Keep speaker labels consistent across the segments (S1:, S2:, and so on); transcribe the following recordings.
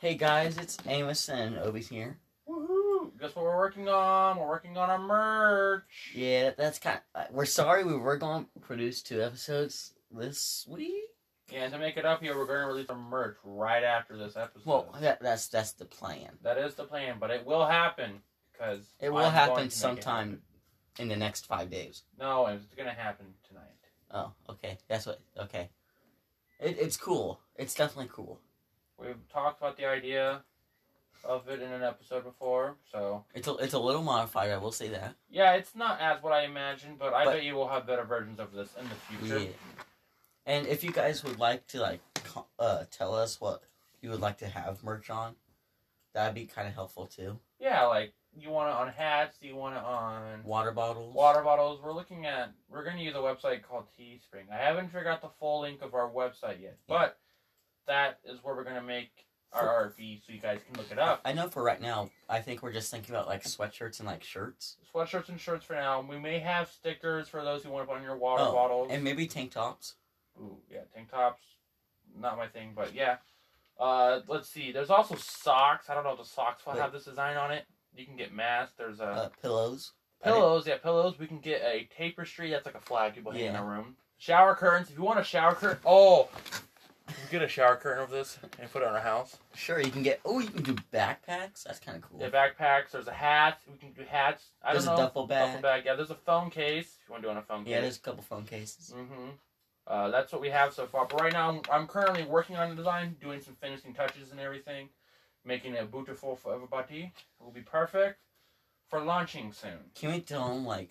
S1: Hey guys, it's Amos and Obi's here.
S2: Woohoo! Guess what we're working on? We're working on our merch.
S1: Yeah, that's kind. Of, uh, we're sorry we were going to produce two episodes this week.
S2: Yeah, and to make it up here, we're going to release our merch right after this episode.
S1: Well, that, that's that's the plan.
S2: that is the plan, but it will happen because
S1: It will
S2: I'm going to
S1: happen
S2: make it
S1: sometime
S2: happen.
S1: in the next five days.
S2: No, it's going to happen tonight.
S1: Oh, okay. That's what. Okay. It, it's cool. It's definitely cool.
S2: We've talked about the idea of it in an episode before, so
S1: It's a, it's a little modified. I will say that.
S2: yeah, it's not as what I imagined, but I
S1: But-
S2: bet you will have better versions of this in the
S1: Yeah.
S2: future.
S1: And if you guys would like to like co- uh, tell us what you would like to have merch on, that'd be kind of helpful too.
S2: Yeah, like you want it on hats, you want it on
S1: Water bottles.
S2: water bottles. We're looking at we're gonna use a website called Teespring. I haven't figured out the full link of our website yet, but that is where we're gonna make our RFP so you guys can look it up.
S1: I know for right now, I think we're just thinking about like sweatshirts and like shirts.
S2: Sweatshirts and shirts for now. We may have stickers for those who want to put on your water
S1: Oh,
S2: bottles.
S1: And maybe tank tops.
S2: Ooh, yeah, tank tops. Not my thing, but yeah. Uh, let's see. There's also socks. I don't know if the socks will
S1: Wait.
S2: have this design on it. You can get masks. There's a
S1: Uh, pillows. I didn't-
S2: Pillows, yeah, pillows. We can get a tapestry. That's like a flag people hang in
S1: Yeah.
S2: their room. Shower curtains. If you want a shower curtain, oh, you can get a shower curtain of this and put it on our house.
S1: Sure, you can get. Oh, you can do backpacks. That's kind of cool.
S2: Yeah, backpacks. There's a hat. We can do hats. I
S1: There's a
S2: don't know.
S1: duffel bag.
S2: Duffel bag. Yeah, there's a phone case. If you want to do it on a phone
S1: Yeah,
S2: case.
S1: there's a couple phone cases.
S2: Mm-hmm. Uh, that's what we have so far. But right now, I'm, I'm currently working on the design, doing some finishing touches and everything, making it beautiful for everybody. It will be perfect for launching soon.
S1: Can we tell them like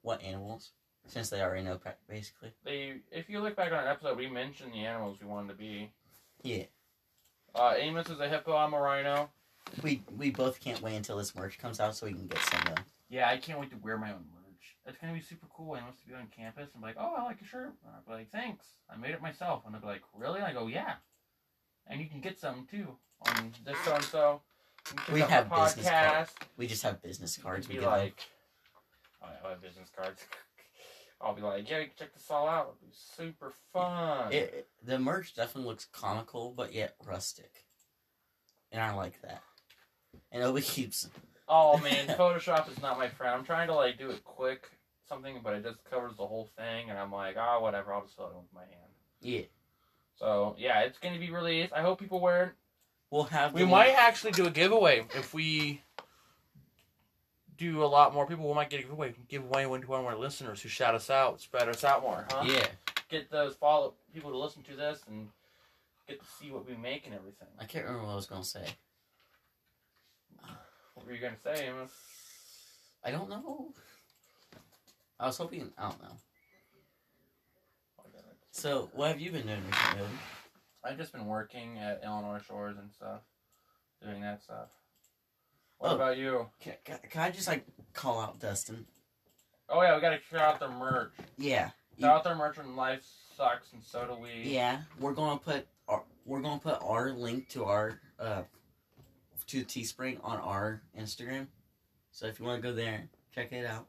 S1: what animals, since they already know pra- basically?
S2: they if you look back on an episode we mentioned the animals we wanted to be.
S1: Yeah.
S2: Uh Amos is a hippo, I'm a rhino.
S1: We we both can't wait until this merch comes out so we can get some. Though.
S2: Yeah, I can't wait to wear my own merch. It's gonna be super cool. Amos to be on campus and be like, Oh, I like your shirt. And I'll be like, Thanks. I made it myself. And they'll be like, Really? And I go, Yeah. And you can get some too on this so and so.
S1: We have business cards. We just have business cards. We
S2: Be
S1: give them.
S2: like, oh, yeah, I have business cards. I'll be like, yeah, you can check this all out. It'll be super fun.
S1: It, it- the merch definitely looks comical, but yet rustic, and I like that. And Obi keeps
S2: Oh man, Photoshop is not my friend. I'm trying to like do it quick, something, but it just covers the whole thing, and I'm like, ah, whatever. I'll just fill it in with my hand.
S1: yeah.
S2: So yeah, it's gonna be released. I hope people wear it.
S1: We'll have.
S2: We
S1: the
S2: might
S1: link-
S2: actually do a giveaway if we do a lot more people. We might get a giveaway. Give away one to one of our listeners who shout us out, spread us out more, huh?
S1: Yeah,
S2: Get those follow people to listen to this and get to see what we make and everything.
S1: I can't remember what I was gonna say.
S2: What were you gonna say, Amos?
S1: I don't know. I was hoping. I don't know. So, what have you been doing recently? Obi?
S2: I've just been working at Illinois Shores and stuff, doing that stuff. What
S1: What Oh.
S2: about you?
S1: Can, can, can I just like call out Dustin?
S2: Oh yeah, we gotta shout out their merch.
S1: Yeah,
S2: Shout out their merch when life sucks and so do we.
S1: yeah. We're gonna put our we're gonna put our link to our uh to Teespring on our Instagram. So if you want to go there, check it out.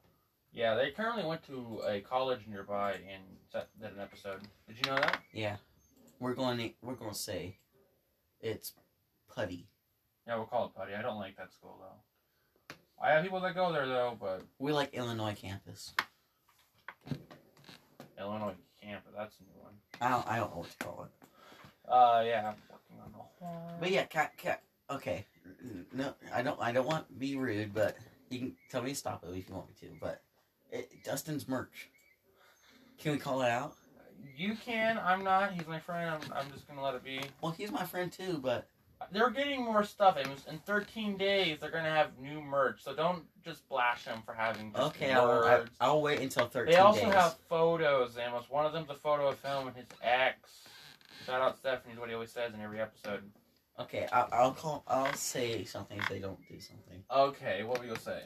S2: Yeah, they currently went to a college nearby and set, did an episode. Did you know that?
S1: Yeah, we're going to we're gonna say it's putty.
S2: Yeah, we'll call it Putty. I don't like that school though. I have people that go there though, but
S1: We like Illinois campus.
S2: Illinois can't. But that's a new one.
S1: I don't I don't know what to call it.
S2: Uh, yeah, I'm working on the horn.
S1: But yeah, cat cat. Okay, no, I don't I don't want to be rude, but you can tell me to stop it if you want me to. But it, Dustin's merch. Can we call it out?
S2: You can. I'm not. He's my friend. I'm, I'm just gonna let it be.
S1: Well, he's my friend too, but
S2: They're getting more stuff, Amos. In 13 days, they're gonna have new merch. So don't just blash them for having just
S1: okay, I'll, I,
S2: words.
S1: I'll wait until thirteen
S2: they also
S1: days.
S2: have photos, Amos. One of them's a photo of him and his ex. Shout out Stephanie. is What he always says in every episode.
S1: Okay, I'll, I'll call. I'll say something if they don't do something.
S2: Okay, what were you gonna say?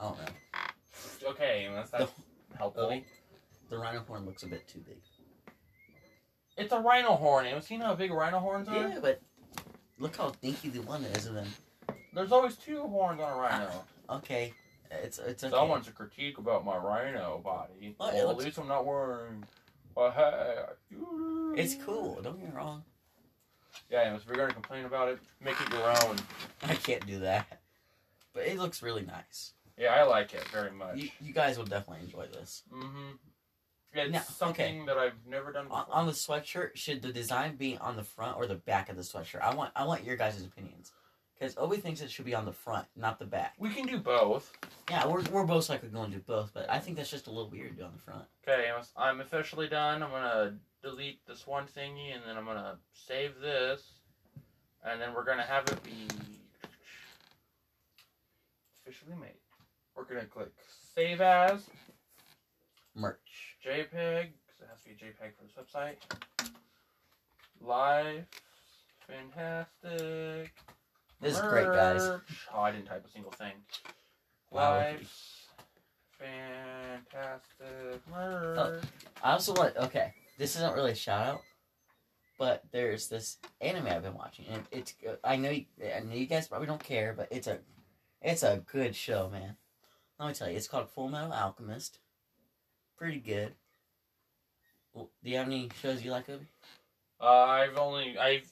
S1: I don't know.
S2: Okay, Amos. That's helpful.
S1: Oh. The rhino horn looks a bit too big.
S2: It's a rhino horn, Amos. You know how big rhino horns are?
S1: Yeah, but look how dinky the one is, and then
S2: There's always two horns on a rhino.
S1: okay, it's it's okay.
S2: Someone's a critique about my rhino body.
S1: Well, it
S2: well,
S1: looks-
S2: at least I'm not wearing. Well, hey, I-
S1: It's cool. Don't get me wrong.
S2: Yeah, anyways, if you're gonna complain about it, make it your own.
S1: I can't do that. But it looks really nice.
S2: Yeah, I like it very much.
S1: You, you guys will definitely enjoy this.
S2: Mm-hmm. It's
S1: Now, okay. Uh,
S2: something that I've never done
S1: On,
S2: before.
S1: on the sweatshirt, should the design be on the front or the back of the sweatshirt? I want I want your guys' opinions. Because Obi thinks it should be on the front, not the back.
S2: we can do both.
S1: Yeah, we're, we're both likely going to do both, but I think that's just a little weird on the front.
S2: Okay, I'm- I'm officially done. I'm gonna delete this one thingy, and then I'm gonna save this, and then we're gonna have it be officially made. We're gonna click save as
S1: Merch.
S2: JPEG because E it has to be JPEG for this website. Live, fantastic.
S1: This is great, guys.
S2: Merch. Oh, I didn't type a single thing.
S1: Wow.
S2: Lives, fantastic merch.
S1: I also want okay. This isn't really a shout out, but there's this anime I've been watching, and it's I know you, I know you guys probably don't care, but it's a it's a good show, man. Let me tell you, it's called Full Metal Alchemist. Pretty good. Well, Do you have any shows you like, Obi?
S2: Uh, I've only I've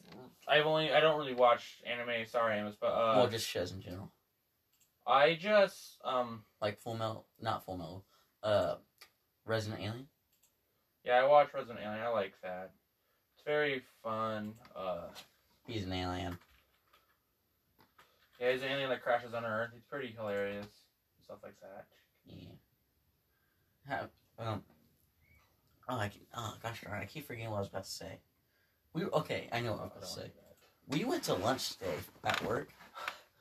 S2: I've only I don't really watch anime. Sorry, Amos, but uh,
S1: well, just shows in general,
S2: I just um
S1: like Full Metal, not Full Metal, uh, Resident Alien.
S2: yeah I watch Resident Alien. I like that. It's very fun. Uh,
S1: He's an alien.
S2: yeah, he's an alien that crashes on Earth. It's pretty hilarious. Stuff like that.
S1: Yeah. How, um. Oh, I, keep- oh gosh darn! I keep forgetting what I was about to say. We okay. I know what I was
S2: I
S1: about
S2: don't
S1: to
S2: wanna
S1: say.
S2: do that.
S1: We went to lunch today at work,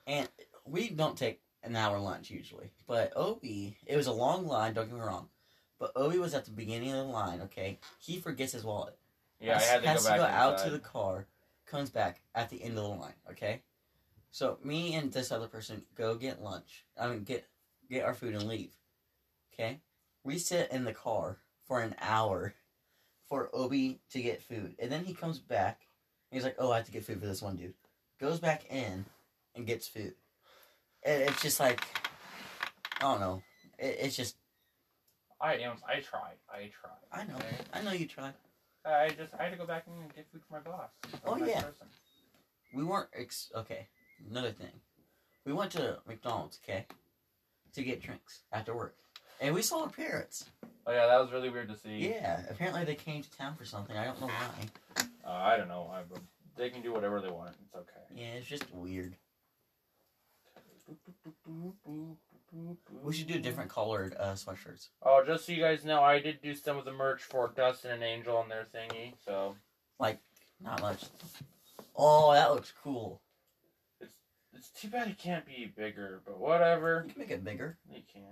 S1: and we don't take an hour lunch usually. But Obi, it was a long line. Don't get me wrong, but Obi was at the beginning of the line. Okay, he forgets his wallet.
S2: Yeah, I
S1: has,
S2: had to go back
S1: has to go out to
S2: inside.
S1: the car, comes back at the end of the line. Okay, so me and this other person go get lunch. I mean, get get our food and leave. Okay, we sit in the car for an hour for Obi to get food, and then he comes back. And he's like, "Oh, I have to get food for this one dude." Goes back in and gets food, and it's just like, I don't know. It, it's just
S2: I am. I tried. I tried.
S1: I know.
S2: okay?
S1: I know you try.
S2: I just I had to go back and get food for my boss.
S1: Oh,
S2: Nice
S1: yeah.
S2: person.
S1: we weren't ex- okay. Another thing, we went to McDonald's, okay, to get drinks after work, and we saw our parents.
S2: Oh yeah, that was really weird to see.
S1: Yeah, apparently they came to town for something. I don't know why.
S2: Uh, I don't know why, but they can do whatever they want. It's okay.
S1: Yeah, it's just weird. We should do different colored uh, sweatshirts.
S2: Oh, just so you guys know, I did do some of the merch for Dustin and Angel on their thingy, so
S1: Not much. Oh, that looks cool.
S2: it's too bad it can't be bigger, but whatever.
S1: You can make it bigger.
S2: You can't.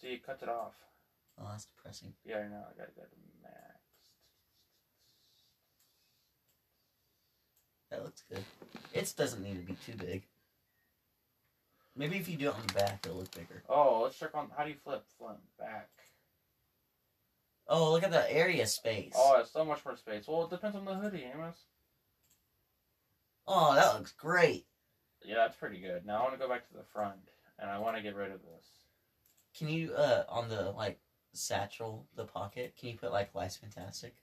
S2: See, it cuts it off.
S1: Oh, that's depressing.
S2: Yeah, I know. I gotta go to max.
S1: That looks good. It doesn't need to be too big. Maybe if you do it on the back, it'll look bigger.
S2: Oh, let's check on how do you flip? Flip back.
S1: Oh, look at the area space.
S2: Oh, it's so much more space. Well, it depends on the hoodie, Amos.
S1: Oh, that looks great.
S2: Yeah, that's pretty good. Now I want to go back to the front, and I want to get rid of this.
S1: Can you uh on the like satchel, the pocket, can you put like life's fantastic?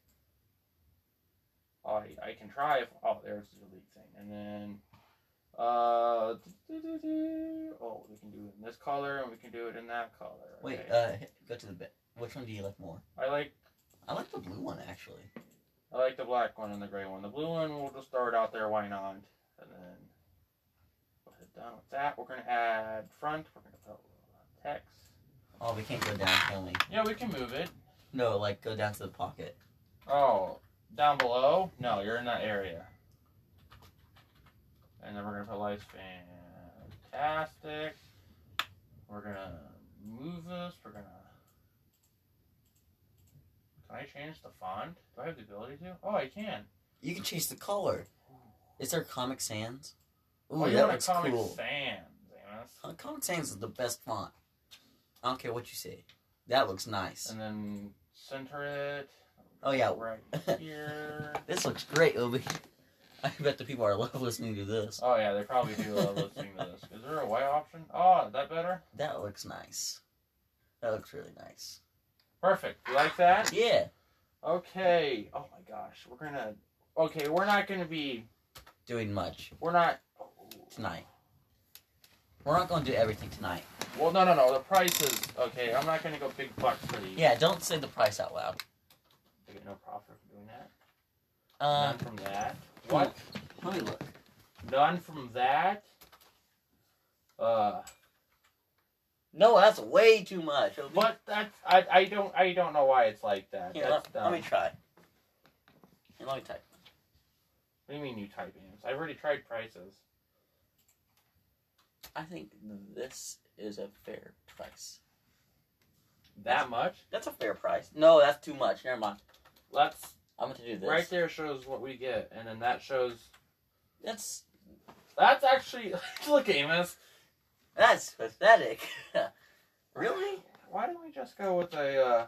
S2: Oh, I I can try if oh there's the delete thing and then uh oh we can do it in this color and we can do it in that color.
S1: Wait,
S2: okay.
S1: uh h- go to the bit. Which one do you like more?
S2: I like
S1: I like the blue one actually.
S2: I like the black one and the gray one. The blue one we'll just throw it out there. Why not? And then we're done with that. We're gonna add front. We're gonna put a little uh, text.
S1: Oh, we can't go down, can we?
S2: Yeah, we can move it.
S1: No, like go down to the pocket.
S2: Oh, down below? No, you're in that area. And then we're gonna put lights fantastic. We're gonna move this. We're gonna. Can I change the font? Do I have the ability to? Oh, I can.
S1: You can change the color. Is there Comic Sans? Ooh,
S2: oh, you
S1: that
S2: want
S1: looks
S2: a Comic
S1: cool.
S2: Sans, Amos.
S1: Uh, Comic Sans is the best font. I don't care what you say. That looks nice.
S2: And then center it.
S1: Oh yeah.
S2: Right here.
S1: This looks great, Obi. I bet the people are love listening to this.
S2: Oh yeah, they probably do love listening to this. Is there a white option? Oh, is that better?
S1: That looks nice. That looks really nice.
S2: Perfect. You like that?
S1: Yeah.
S2: Okay. Oh my gosh, we're gonna. Okay, we're not gonna be
S1: doing much
S3: We're not.
S1: tonight. We're not going to do everything tonight.
S3: Well, no, no, no. The price
S2: Prices. Okay, I'm not gonna go big bucks for these.
S1: Yeah, don't say the price out loud.
S2: I get no profit from doing that.
S1: Uh,
S2: None from that.
S1: hmm.
S2: What?
S1: let me look.
S2: None from that. Uh,
S1: No, that's way too much. It'll be-
S2: but that's I, I don't I don't know why it's like that.
S1: Here,
S2: that's
S1: let,
S2: dumb.
S1: let me try. Here, let me type.
S2: What do you mean you type names? I've already tried prices.
S1: I think this is a fair price.
S2: That much?
S1: That's a fair price. No, that's too much. Never mind.
S2: Let's
S1: I'm going to do this.
S2: right there shows what we get, and then that shows
S1: That's
S2: that's actually look Amos.
S1: that's pathetic. really?
S2: Why don't we just go with a uh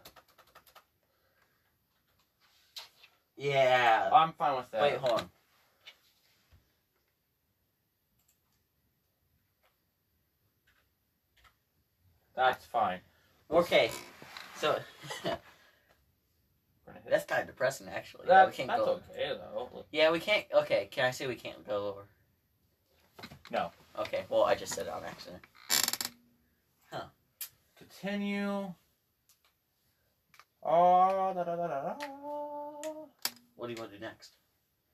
S1: Yeah.
S2: I'm fine with that.
S1: Wait, hold on.
S2: That's fine.
S1: Okay. So
S2: We're gonna hit-
S1: that's kind of depressing, actually. yeah,
S2: That-
S1: we can't
S2: that's
S1: go.
S2: okay though.
S1: Yeah, we can't. Okay, can I say we can't go over?
S2: No.
S1: Okay. Well, I just said it on accident.
S2: Continue. Oh da da da da da
S1: What do you want to do next?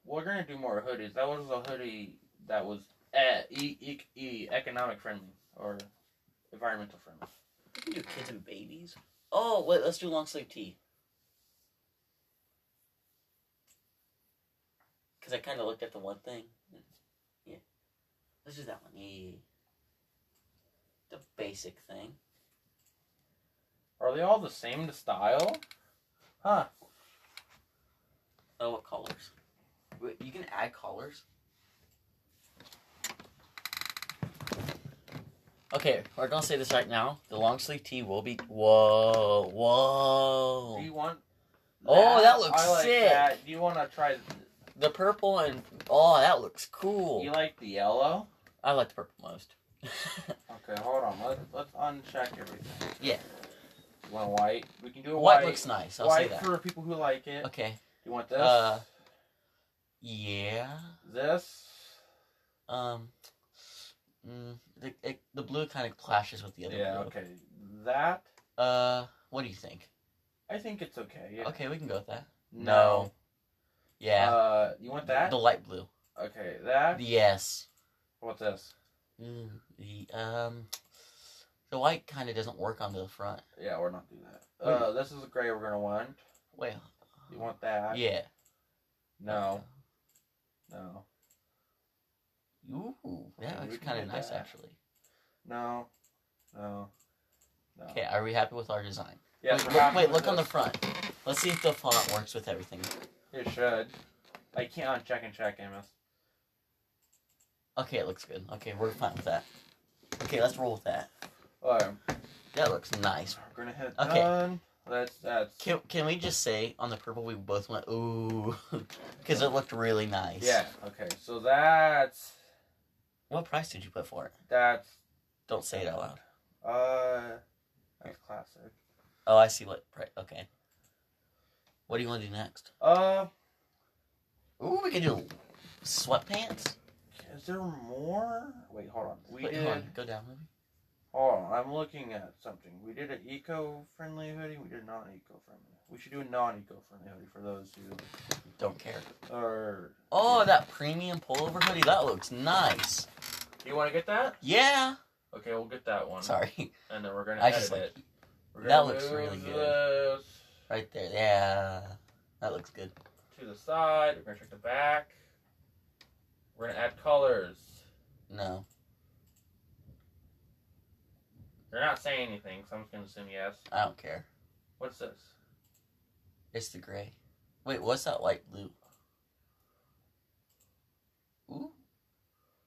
S2: We're gonna do more hoodies. That was a hoodie that was eh, e, e, e, economic friendly or environmental friendly.
S1: We can do kids and babies. Oh wait, let's do long sleeve tea. Cause I kind of looked at the one thing. Yeah. Let's do that one. Yeah. The basic thing.
S2: Are they all the same to style? Huh.
S1: Oh, what collars? Wait, You can add collars. Okay, we're gonna say this right now. The long sleeve tee will be. Whoa, whoa.
S2: Do you want?
S1: Oh, that looks
S2: I like
S1: sick.
S2: That. Do you want to try?
S1: The purple and oh, that looks cool.
S2: You like the yellow?
S1: I like the purple most.
S2: Okay, hold on. Let let's uncheck everything.
S1: Yeah.
S2: You want white? We can do a
S1: White
S2: white.
S1: looks nice. I'll say
S2: white
S1: that.
S2: for people who like it.
S1: Okay.
S2: You want this?
S1: Uh, Yeah.
S2: this?
S1: Um. Mm, the it, the blue kind of clashes with the other
S2: Yeah.
S1: blue.
S2: Okay. That.
S1: Uh, what do you think?
S2: I think it's okay. Yeah.
S1: Okay, we can go with that.
S2: No.
S1: Uh, Yeah.
S2: Uh, you want that?
S1: The light blue.
S2: Okay. That.
S1: Yes.
S2: What's this?
S1: Mm, the um. The white kind of doesn't work on the front.
S2: Yeah, we're not doing that.
S1: Wait.
S2: Uh, this is the gray we're gonna want.
S1: Well.
S2: You want that?
S1: Yeah.
S2: No. No.
S1: Ooh,
S2: Okay,
S1: that
S2: we
S1: looks
S2: can
S1: kind of
S2: do
S1: nice
S2: that.
S1: actually.
S2: No. No. No.
S1: Okay, are we happy with our design?
S2: Oh. Yeah,
S1: wait,
S2: we're
S1: look,
S2: happy
S1: wait,
S2: with
S1: look on the
S2: this.
S1: front. Let's see if the font works with everything.
S2: It should. I can't uncheck and check, Amos.
S1: Okay, it looks good. Okay, we're fine with that. Okay, let's roll with that.
S2: Alright,
S1: That looks nice.
S2: we're gonna hit
S1: Okay.
S2: done. That's that's
S1: Can, can we just say on the purple we both went ooh because it looked really nice.
S2: yeah. Okay, so that's
S1: What price did you put for it?
S2: that's
S1: Don't say it out loud.
S2: uh that's classic.
S1: Oh, I see what price. Okay. What do you want to do next?
S2: Uh,
S1: Ooh, we can do sweatpants.
S2: is there more? Wait, hold on. We
S1: Wait,
S2: did.
S1: hold on. Go down. Maybe.
S2: Hold on, I'm looking at something. We did an eco-friendly hoodie. We did a non-eco-friendly. We should do a non-eco-friendly hoodie for those who
S1: Don't care.
S2: are.
S1: Oh, that premium pullover hoodie. That looks nice.
S2: You want to get that?
S1: Yeah.
S2: Okay, we'll get that one.
S1: Sorry.
S2: And then we're gonna
S1: I
S2: edit
S1: just
S2: it.
S1: like
S2: We're
S1: that
S2: gonna
S1: looks
S2: move
S1: really good.
S2: This
S1: right there. Yeah. That looks good.
S2: to the side. We're gonna check the back. We're gonna add colors.
S1: No.
S2: They're not saying anything, so I'm just gonna assume yes.
S1: I don't care.
S2: What's this?
S1: It's the gray. Wait, what's that light blue? Ooh.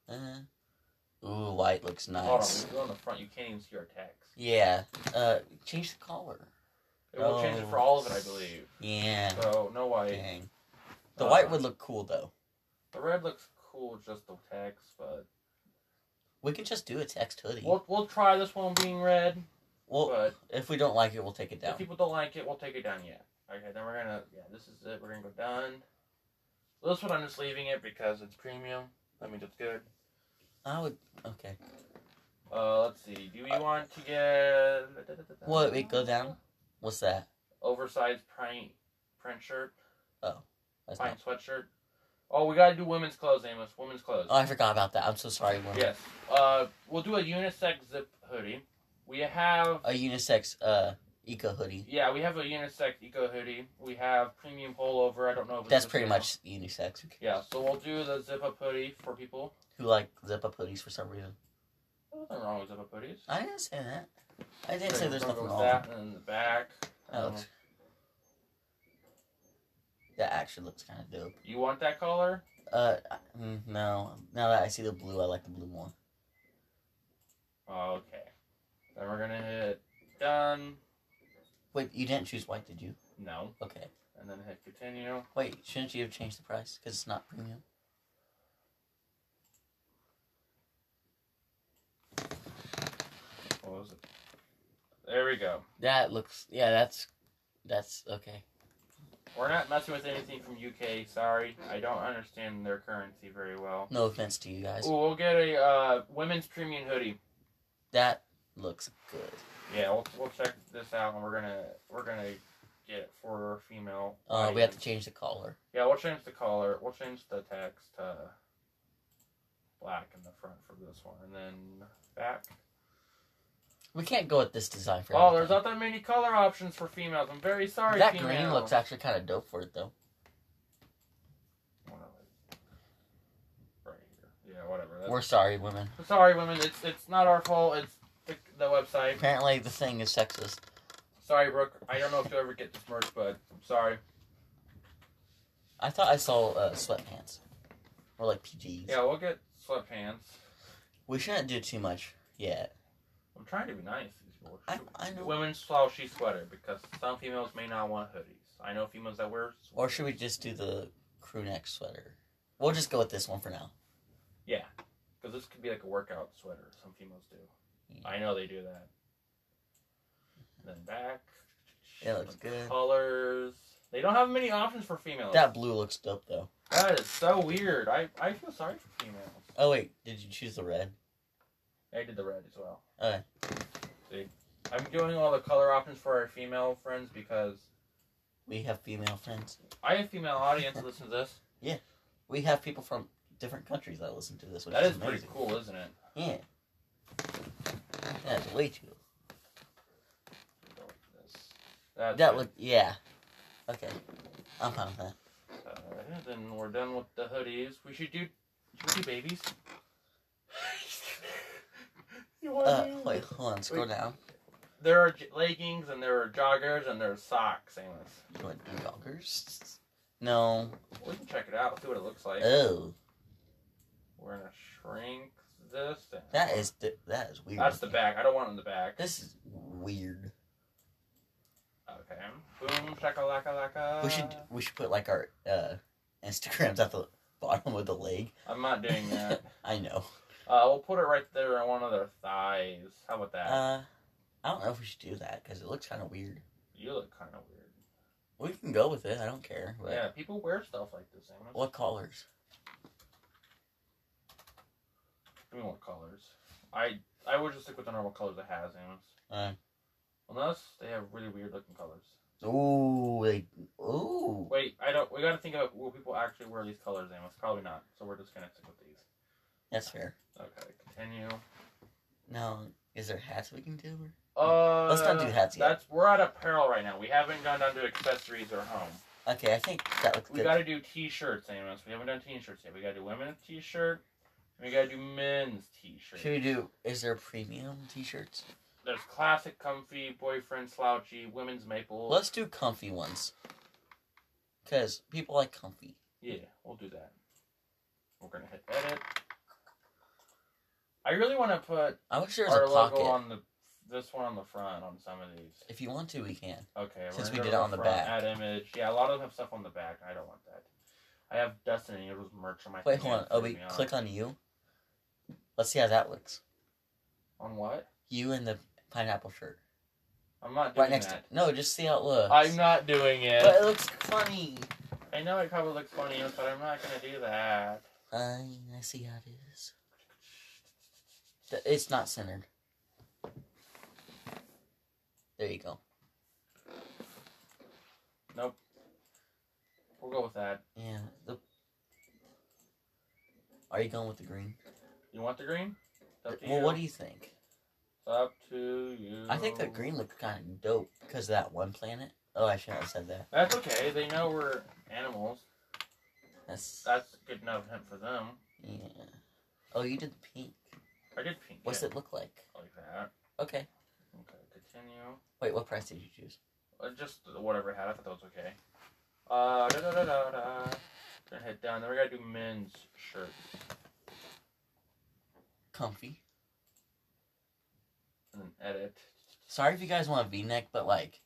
S1: Uh, ooh, light looks
S2: Hold on,
S1: nice.
S2: we go on the front. You can't even see our text.
S1: Yeah. Uh, change the color.
S2: It will change it for all of it, I believe.
S1: Yeah.
S2: So no white.
S1: Dang. The
S2: Uh,
S1: white would look cool though.
S2: The red looks cool, with just the text, but
S1: We can just do a text hoodie.
S2: we'll we'll try this one being red.
S1: Well,
S2: But
S1: if we don't like it, we'll take it
S2: if
S1: down.
S2: people don't like it, we'll take it down. Yeah. Okay, then we're gonna yeah, this is it. We're gonna go done. Well, that's what I'm just leaving it because it's premium. That means it's good.
S1: I would. Okay.
S2: Uh, let's see. Do you want to get
S1: What, wait, go down? What's that?
S2: Oversized print print shirt,
S1: That's
S2: fine
S1: not,
S2: sweatshirt. Oh, we gotta do women's clothes, Amos. Women's clothes.
S1: oh, I forgot about that. I'm so sorry. Woman.
S2: Yes. Uh, we'll do a unisex zip hoodie. We have
S1: A unisex uh eco hoodie.
S2: yeah, we have a unisex eco hoodie. We have premium pullover. I don't know. if it's
S1: That's
S2: the
S1: pretty
S2: same.
S1: much unisex.
S2: Yeah, so we'll do the zip up hoodie for people.
S1: Who like zip up hoodies for some reason?
S2: There's nothing wrong with zip up hoodies.
S1: I didn't say that. I didn't
S2: So
S1: say
S2: we're
S1: there's
S2: gonna
S1: nothing
S2: go with
S1: wrong.
S2: That and then the back.
S1: That
S2: Um,
S1: looks. That actually looks kind of dope.
S2: you want that color?
S1: Uh, I- mm, no. Now that I see the blue, I like the blue more.
S2: Oh, okay. Then we're gonna hit done.
S1: Wait, you didn't choose white, did you?
S2: No,
S1: Okay.
S2: and then hit continue.
S1: Wait, shouldn't you have changed the price because it's not premium?
S2: What was it? There we go.
S1: That looks. Yeah, that's. That's okay.
S2: We're not messing with anything from UK. Sorry, I don't understand their currency very well.
S1: No offense to you guys.
S2: Ooh, we'll get a uh, women's premium hoodie.
S1: That looks good.
S2: Yeah, we'll, we'll check this out, and we're gonna we're gonna get it for female.
S1: Uh, we have to
S2: audience.
S1: change the collar.
S2: Yeah, we'll change the color. We'll change the text to black in the front for this one, and then back.
S1: We can't go with this design for.
S2: Oh, there's
S1: everything.
S2: not that many color options for females. I'm very sorry.
S1: that
S2: female.
S1: green looks actually kind of dope for it though.
S2: Whatever. Right here. Yeah, whatever. That's-
S1: We're sorry, women.
S2: I'm sorry, women. It's it's not our fault. It's the, the website.
S1: Apparently, the thing is sexist.
S2: Sorry, Brooke. I don't know if you'll ever get this merch, but I'm sorry.
S1: I thought I saw uh, sweatpants, or like PGs.
S2: Yeah, we'll get sweatpants.
S1: We shouldn't do too much yet.
S2: I'm trying to be nice. to these people.
S1: I- I know.
S2: Women's slouchy sweater because some females may not want hoodies. I know females that wear.
S1: Or should we just do the crew neck sweater? We'll just go with this one for now.
S2: Yeah, because this could be like a workout sweater. Some females do.
S1: Yeah.
S2: I know they do that. And then back.
S1: It looks good.
S2: Colors. They don't have many options for females.
S1: That blue looks dope though.
S2: that is so weird. I, I feel sorry for females.
S1: Oh wait, did you choose the red?
S2: I did the red as well.
S1: Okay.
S2: See, I'm doing all the color options for our female friends because
S1: We have female friends.
S2: I have female audience that listen to this.
S1: We have people from different countries that listen to this, which
S2: That
S1: is
S2: is
S1: amazing.
S2: pretty cool, isn't it?
S1: Yeah. That's way too.
S2: Go like this. That's
S1: That
S2: it.
S1: would yeah. Okay, I'm fine with that.
S2: Uh, then we're done with the hoodies. We should do, should we do babies. you want
S1: Uh,
S2: to do-
S1: wait, hold on. Scroll
S2: Wait.
S1: down.
S2: There are j- leggings and there are joggers and there are socks. Amos.
S1: You want joggers? No.
S2: We can check it out, see what it looks like.
S1: Oh,
S2: We're gonna shrink this. And
S1: that is th- that is weird.
S2: That's the back. I don't want it in the back.
S1: This is weird.
S2: Okay. Boom, shakalaka laka.
S1: We should we should put like our uh, Instagrams at the bottom of the leg.
S2: I'm not doing that.
S1: I know.
S2: uh, we'll put it right there on one of their thighs. How about that?
S1: Uh, I don't know if we should do that because it looks kind of weird.
S2: you look kind of weird.
S1: We can go with it. I don't care. But
S2: Yeah, people wear stuff like this. Amos.
S1: What colors?
S2: Give me more colors. I I would just stick with the normal colors it has, Amos.
S1: Uh.
S2: Unless they have really weird looking colors.
S1: Ooh, they ooh.
S2: Wait, I don't. We got to think about will people actually wear these colors, Amos? Probably not. So we're just gonna stick with these.
S1: That's fair.
S2: Okay, continue.
S1: Now, is there hats we can do? Or?
S2: Uh,
S1: Let's not do hats yet.
S2: That's we're at apparel right now. We haven't gone down to accessories or home.
S1: Okay, I think that looks
S2: We
S1: good.
S2: got to do t-shirts, Amos. We haven't done t-shirts yet. We got to do women's t-shirt. and We got to do men's t-shirt.
S1: Should we do? Is there premium T-shirts?
S2: There's classic, comfy, boyfriend, slouchy, women's maple.
S1: Let's do comfy ones. Cause people like comfy.
S2: Yeah, we'll do that. We're gonna hit edit. I really want to put
S1: I wish there was
S2: our
S1: a
S2: logo
S1: pocket.
S2: on the this one on the front on some of these.
S1: If you want to, we can.
S2: Okay,
S1: Since we did
S2: gonna go to
S1: it on the
S2: front,
S1: back.
S2: Add image. Yeah, a lot of them have stuff on the back. I don't want that. I have Dustin and Angels merch on my.
S1: Wait,
S2: thing,
S1: hold on.
S2: it
S1: Oh,
S2: threw
S1: we
S2: me off.
S1: click on you. Let's see how that looks.
S2: on what?
S1: You and the pineapple shirt,
S2: I'm not doing
S1: right next
S2: that.
S1: to. No, just see how it looks.
S2: I'm not doing it.
S1: But it looks funny.
S2: I know it probably looks funny, but I'm not gonna do that.
S1: I, I see how it is. Th- It's not centered. There you go.
S2: We'll go with that.
S1: Yeah. The... Are you going with the green?
S2: You want the green? It's up to
S1: Well,
S2: you.
S1: what do you think?
S2: It's up to you.
S1: I think the green looked kind of dope because of that one planet. Oh, I shouldn't have said that.
S2: That's okay. They know we're animals.
S1: That's
S2: That's good enough hint for them.
S1: yeah. Oh, you did the pink.
S2: I did pink
S1: What's
S2: it
S1: it look like?
S2: like that.
S1: Okay.
S2: Okay, continue.
S1: Wait, what price did you choose?
S2: Uh, Just whatever I had. I thought that was okay. Uh, da da da da da. Gonna head down. Then we gotta do men's shirt.
S1: Comfy.
S2: And then edit.
S1: Sorry if you guys want a V-neck, but like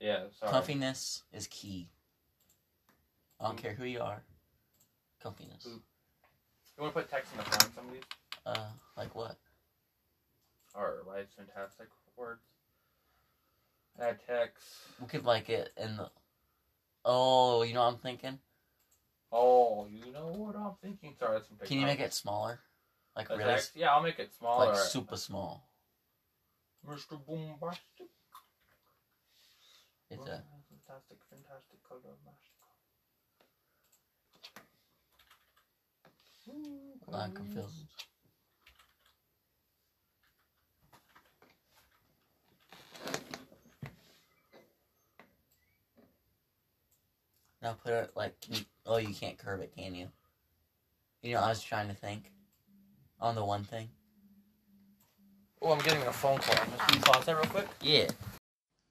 S2: Yeah, sorry.
S1: comfiness is key. I don't
S2: Mm.
S1: care who you are. Comfiness.
S2: Mm. You wanna put text in the front of some of these?
S1: Uh, like what?
S2: Or write fantastic words. Add text.
S1: We could like it in the. Oh, you know what I'm thinking.
S2: Oh, you know what I'm thinking? Sorry, that's some big
S1: Can you make
S2: numbers.
S1: it smaller? Like
S2: The
S1: really,
S2: text? Yeah, I'll make it smaller.
S1: like super small.
S2: Mr. Boombastic.
S1: It's
S2: Well,
S1: a
S2: fantastic, fantastic color master.
S1: lack of fills. Now put it like, can you- oh, you can't curve it, can you? You know, I was trying to think on the one thing.
S2: Oh, I'm getting a phone call. Can you pause that real quick?
S1: Yeah.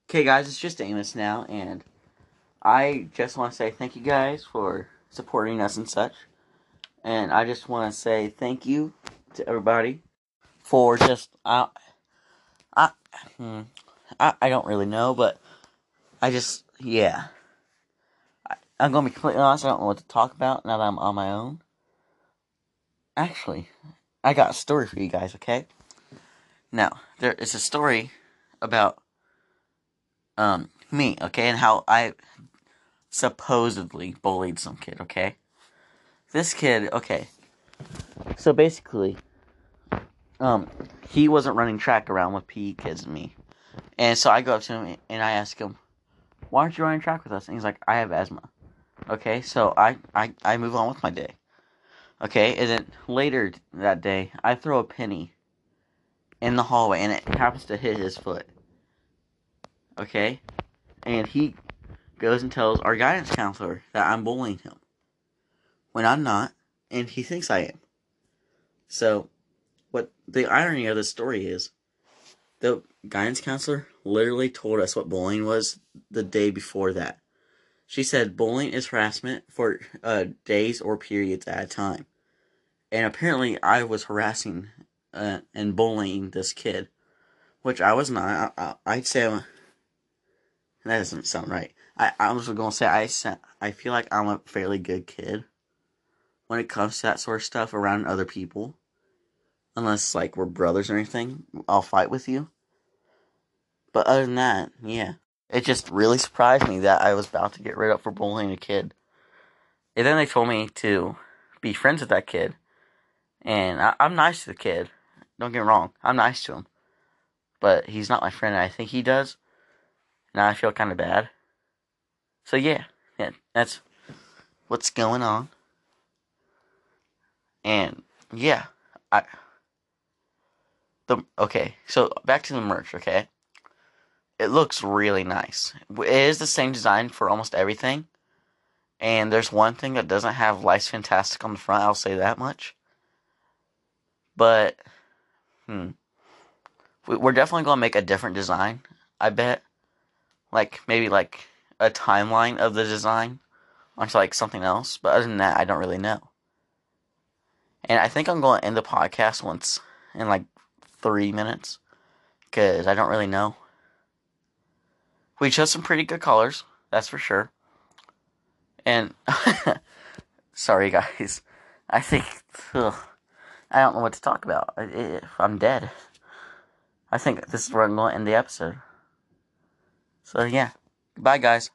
S1: Okay, guys, it's just Amos now, and I just want to say thank you guys for supporting us and such. And I just want to say thank you to everybody for just I, I, hmm, I, I don't really know, but I just yeah. I, I'm gonna be completely honest. I don't know what to talk about now that I'm on my own. Actually, I got a story for you guys. Okay. Now there is a story about um me, okay, and how I supposedly bullied some kid, okay? This kid, okay. So basically, um he wasn't running track around with PE kids and me. And so I go up to him and I ask him, Why aren't you running track with us? And he's like, I have asthma. Okay, so I, I, I move on with my day. Okay, and then later that day, I throw a penny in the hallway and it happens to hit his foot. Okay? And he goes and tells our guidance counselor that I'm bullying him. When I'm not, and he thinks I am. So, what the irony of this story is the guidance counselor literally told us what bullying was the day before that. She said bullying is harassment for uh, days or periods at a time. And apparently, I was harassing uh, and bullying this kid, which I was not. I, I, I'd say I'm, that doesn't sound right. I, I was gonna say I sa- I feel like I'm a fairly good kid when it comes to that sort of stuff around other people, unless like we're brothers or anything. I'll fight with you. But other than that, yeah, it just really surprised me that I was about to get rid up for bullying a kid. And then they told me to be friends with that kid and I, I'm nice to the kid. Don't get me wrong, I'm nice to him, but he's not my friend. And I think he does. Now I feel kind of bad. So yeah, yeah, that's what's going on. And yeah, I the okay. So back to the merch, okay. It looks really nice. It is the same design for almost everything. And there's one thing that doesn't have Life's Fantastic on the front, I'll say that much but hmm, We- we're definitely gonna make a different design. I bet, like maybe like a timeline of the design onto like something else. But other than that, I don't really know. And I think I'm gonna end the podcast once in like three minutes, cause I don't really know. We chose some pretty good colors, that's for sure. And sorry guys, I think. ugh. I don't know what to talk about. I, I, I'm dead. I think this is where I'm going to end the episode. So, yeah. Bye, guys.